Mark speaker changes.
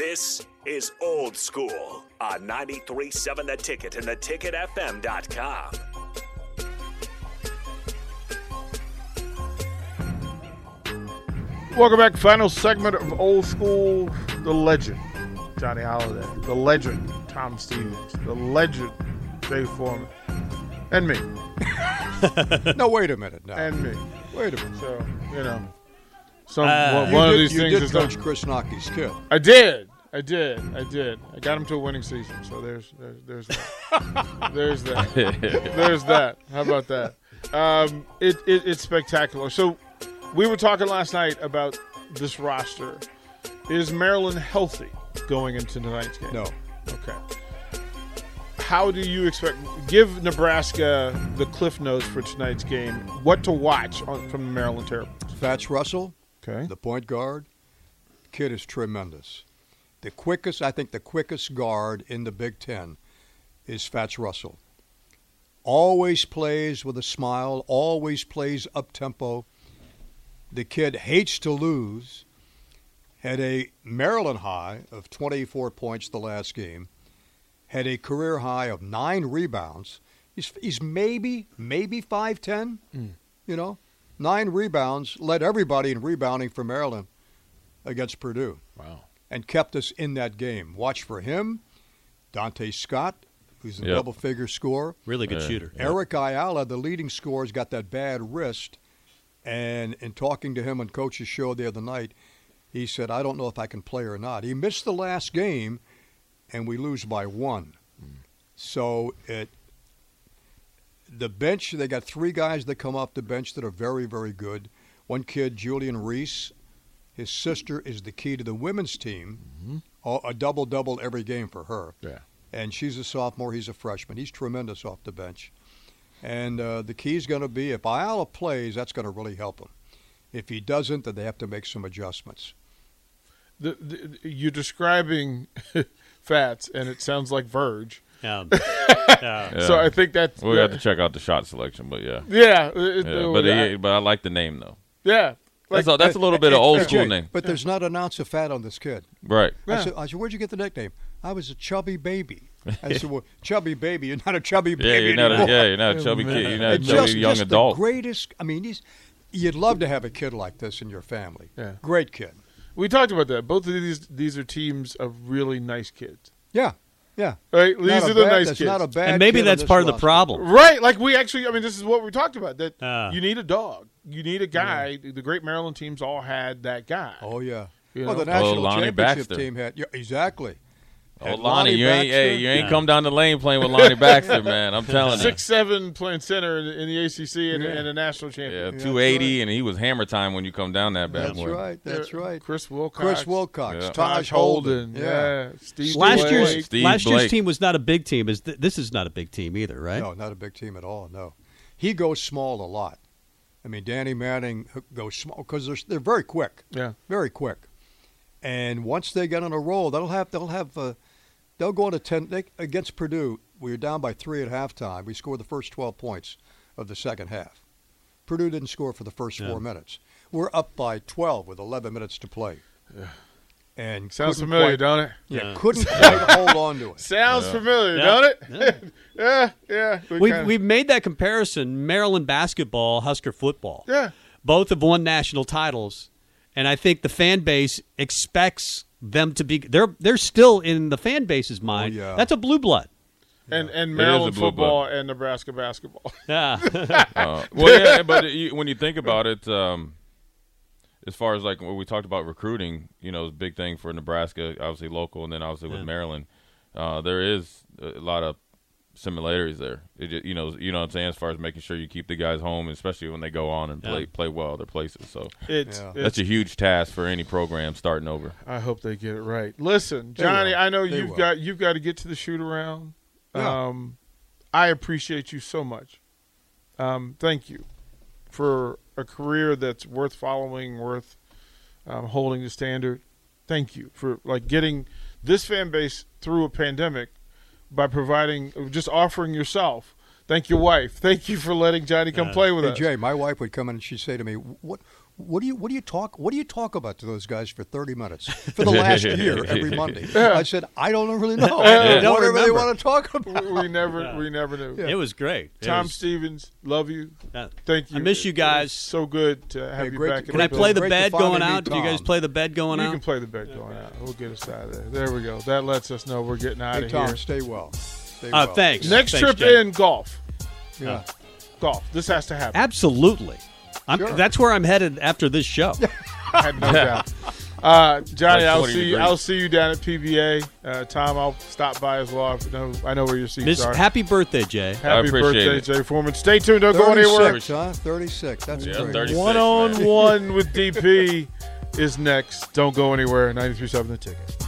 Speaker 1: This is Old School on 93.7 The Ticket and theticketfm.com.
Speaker 2: Welcome back. Final segment of Old School. The legend, Johnny Holiday. The legend, Tom Stevens. The legend, Dave Foreman. And me.
Speaker 3: No, wait a minute. Now,
Speaker 2: And me.
Speaker 3: wait a minute.
Speaker 2: So, you know. Some, one
Speaker 3: Uh, You
Speaker 2: one of
Speaker 3: did-
Speaker 2: these
Speaker 3: you
Speaker 2: things
Speaker 3: did
Speaker 2: is
Speaker 3: coach
Speaker 2: not.
Speaker 3: Chris Nocke's kid.
Speaker 2: I did. I did. I did. I got him to a winning season. So there's there's there's that. there's that. There's that. How about that? Um, it, it it's spectacular. So we were talking last night about this roster. Is Maryland healthy going into tonight's game?
Speaker 3: No,
Speaker 2: Okay. How do you expect? Give Nebraska the cliff notes for tonight's game. What to watch on, from the Maryland Terrapins?
Speaker 3: Fats Russell,
Speaker 2: Okay.
Speaker 3: the point guard, kid is tremendous. The quickest, I think, the quickest guard in the Big Ten is Fats Russell. Always plays with a smile. Always plays up tempo. The kid hates to lose. Had a Maryland high of 24 points the last game. Had a career high of nine rebounds. He's, he's maybe maybe 5'10", you know, nine rebounds. Led everybody in rebounding for Maryland against Purdue.
Speaker 4: Wow.
Speaker 3: And kept us in that game. Watch for him, Dante Scott, who's a
Speaker 5: Yep.
Speaker 3: double figure scorer.
Speaker 6: Really good shooter.
Speaker 3: Eric Ayala, the leading scorer, has got that bad wrist. And in talking to him on Coach's show the other night, he said, I don't know if I can play or not. He missed the last game, and we lose by one. So it the bench, they got three guys that come off the bench that are very, very good. One kid, Julian Reese, his sister is the key to the women's team.
Speaker 5: Mm-hmm.
Speaker 3: Oh, A double double every game for her
Speaker 4: Yeah.
Speaker 3: and she's a sophomore. He's a freshman. He's tremendous off the bench. And uh, the key is going to be if Ayala plays, that's going to really help him. If he doesn't, then they have to make some adjustments.
Speaker 2: The, the, you're describing Fats, and it sounds like Verge.
Speaker 6: Um,
Speaker 2: So
Speaker 5: Yeah.
Speaker 2: I think that's
Speaker 5: We'll have to check out the shot selection, but yeah.
Speaker 2: yeah, it-
Speaker 5: Yeah,
Speaker 2: it-
Speaker 5: but
Speaker 2: I-
Speaker 5: he, but I like the name though.
Speaker 2: yeah.
Speaker 5: That's a, that's a little bit of old
Speaker 3: Hey,
Speaker 5: school
Speaker 3: Jay,
Speaker 5: name,
Speaker 3: But there's not an ounce of fat on this kid.
Speaker 5: right?
Speaker 3: I, said, I said, where'd you get the nickname? I was a chubby baby. I said, well, chubby baby. You're not a chubby
Speaker 5: Yeah,
Speaker 3: baby
Speaker 5: you're not a,
Speaker 3: anymore.
Speaker 5: yeah, you're not a chubby kid. You're not a
Speaker 3: And
Speaker 5: chubby
Speaker 3: just,
Speaker 5: young
Speaker 3: just
Speaker 5: adult.
Speaker 3: The greatest. I mean, he's. You'd love to have a kid like this in your family.
Speaker 2: Yeah.
Speaker 3: Great kid.
Speaker 2: we talked about that. Both of these these are teams of really nice kids.
Speaker 3: Yeah. Yeah.
Speaker 2: Right? These
Speaker 3: Not
Speaker 2: are
Speaker 3: a
Speaker 2: the
Speaker 3: bad-
Speaker 2: nice
Speaker 3: that's
Speaker 2: kids.
Speaker 3: Not a bad
Speaker 6: and
Speaker 3: kid
Speaker 6: maybe
Speaker 3: on
Speaker 6: that's
Speaker 3: this
Speaker 6: part of the
Speaker 3: roster.
Speaker 6: problem.
Speaker 2: Right, like we actually, I mean, this is what we talked about. That
Speaker 3: Uh.
Speaker 6: Ah.
Speaker 2: you need a dog, you need a guy. The great Maryland teams all had that guy.
Speaker 3: Oh yeah.
Speaker 2: You
Speaker 3: well,
Speaker 2: know?
Speaker 3: the national
Speaker 5: Oh, Lonnie
Speaker 3: championship
Speaker 5: Baxter.
Speaker 3: team had yeah, exactly.
Speaker 5: Oh,
Speaker 3: Had
Speaker 5: Lonnie, you ain't
Speaker 3: Baxter.
Speaker 5: hey, you ain't
Speaker 6: Yeah.
Speaker 5: come down the lane playing with Lonnie Baxter, man. I'm telling you.
Speaker 2: Six seven playing center in, in the ACC and, and a national
Speaker 5: Yeah,
Speaker 2: champion.
Speaker 5: two eighty, and he was hammer time when you come down that bad
Speaker 3: That's
Speaker 5: boy.
Speaker 3: right. That's right.
Speaker 2: Chris Wilcox.
Speaker 3: Chris Wilcox,
Speaker 5: Yeah.
Speaker 3: Taj Holden.
Speaker 2: Yeah. Steve
Speaker 6: last
Speaker 2: Blake.
Speaker 6: year's
Speaker 5: Steve
Speaker 6: last
Speaker 5: Blake.
Speaker 6: year's team was not a big team. Is th- this is not a big team either, right?
Speaker 3: No, not a big team at all. No, he goes small a lot. I mean, Danny Manning goes small because they're they're very quick,
Speaker 2: Yeah.
Speaker 3: very quick. And once they get on a roll, they'll have they'll have uh, they'll go on a ten they, against Purdue. We were down by three at halftime. We scored the first twelve points of the second half. Purdue didn't score for the first four minutes. We're up by twelve with eleven minutes to play. And
Speaker 2: Sounds
Speaker 3: couldn't
Speaker 2: familiar,
Speaker 3: quite-
Speaker 2: don't it?
Speaker 3: Yeah, couldn't quite hold on to it.
Speaker 2: Sounds familiar, don't it? Yeah, yeah. we
Speaker 6: We've,
Speaker 2: kinda-
Speaker 6: we've made that comparison Maryland basketball, Husker football.
Speaker 2: Yeah.
Speaker 6: Both have won national titles. And I think the fan base expects them to be. They're they're still in the fan base's mind.
Speaker 3: yeah.
Speaker 6: That's a blue blood.
Speaker 2: and and
Speaker 5: It is a
Speaker 2: Maryland
Speaker 5: blue
Speaker 2: football and Nebraska basketball.
Speaker 6: Yeah.
Speaker 5: Uh, well, yeah, but you, when you think about it, um, as far as like when we talked about recruiting, you know, it's a big thing for Nebraska, obviously local, and then obviously with Maryland, uh, there is a lot of similarities there. It, ju- you know, you know what I'm saying, as far as making sure you keep the guys home, especially when they go on and play play well other places. So
Speaker 2: It's,
Speaker 3: Yeah.
Speaker 2: it's
Speaker 5: that's a huge task for any program starting over.
Speaker 2: I hope they get it right. Listen, Johnny,
Speaker 3: will.
Speaker 2: I know
Speaker 3: They
Speaker 2: you've
Speaker 3: will.
Speaker 2: got you've got to get to the shoot around.
Speaker 3: Yeah.
Speaker 2: Um, I appreciate you so much. Um, thank you for a career that's worth following, worth um, holding the standard. Thank you for like getting this fan base through a pandemic by providing just offering yourself. Thank your wife. Thank you for letting Johnny come play with
Speaker 3: Hey,
Speaker 2: us.
Speaker 3: Jay, my wife would come in and she'd say to me, "What? What do you what do you talk what do you talk about to those guys for thirty minutes for the last year every Monday? I said I don't really know.
Speaker 6: don't
Speaker 3: Whatever they
Speaker 6: remember.
Speaker 3: want to talk about.
Speaker 2: we never, we never knew.
Speaker 6: It was great. It
Speaker 2: Tom
Speaker 6: was-
Speaker 2: Stevens, love you.
Speaker 6: uh,
Speaker 2: Thank you.
Speaker 6: I miss you
Speaker 2: It was
Speaker 6: guys.
Speaker 2: So good to have
Speaker 3: Hey,
Speaker 2: you
Speaker 3: great
Speaker 2: back. in
Speaker 3: to- Can
Speaker 6: Can I
Speaker 3: It
Speaker 6: play
Speaker 3: was
Speaker 6: the
Speaker 3: great to
Speaker 6: bed
Speaker 3: finally
Speaker 6: going
Speaker 3: meet
Speaker 6: out? Do you guys
Speaker 3: Tom.
Speaker 6: play the bed going
Speaker 2: You
Speaker 6: out?
Speaker 2: can play the bed going out. We'll get us out of there. There we go. That lets us know we're getting out
Speaker 3: Hey
Speaker 2: of
Speaker 3: Tom,
Speaker 2: here.
Speaker 3: stay well. Stay
Speaker 6: Uh,
Speaker 3: well.
Speaker 6: thanks.
Speaker 2: Next
Speaker 6: Thanks,
Speaker 2: trip
Speaker 6: Jay.
Speaker 2: in golf.
Speaker 3: Yeah.
Speaker 2: Golf. This has to happen.
Speaker 6: Absolutely. I'm,
Speaker 3: Sure.
Speaker 6: That's where I'm headed after this show.
Speaker 2: I had no doubt. Uh, Johnny,
Speaker 5: Like
Speaker 2: I'll
Speaker 5: 40
Speaker 2: see you.
Speaker 5: degrees.
Speaker 2: I'll see you down at PBA. Uh, Tom, I'll stop by as well. I know, I know where your seats
Speaker 6: Miss,
Speaker 2: are.
Speaker 6: happy birthday, Jay.
Speaker 2: Happy
Speaker 5: appreciate
Speaker 2: birthday,
Speaker 5: it.
Speaker 2: Jay Foreman. Stay tuned. Don't go anywhere.
Speaker 3: Thirty-six, huh? Thirty-six. That's
Speaker 5: Yeah,
Speaker 3: great.
Speaker 5: 36,
Speaker 2: One
Speaker 5: man.
Speaker 2: on one with DP is next. Don't go anywhere. 93.7 The Ticket.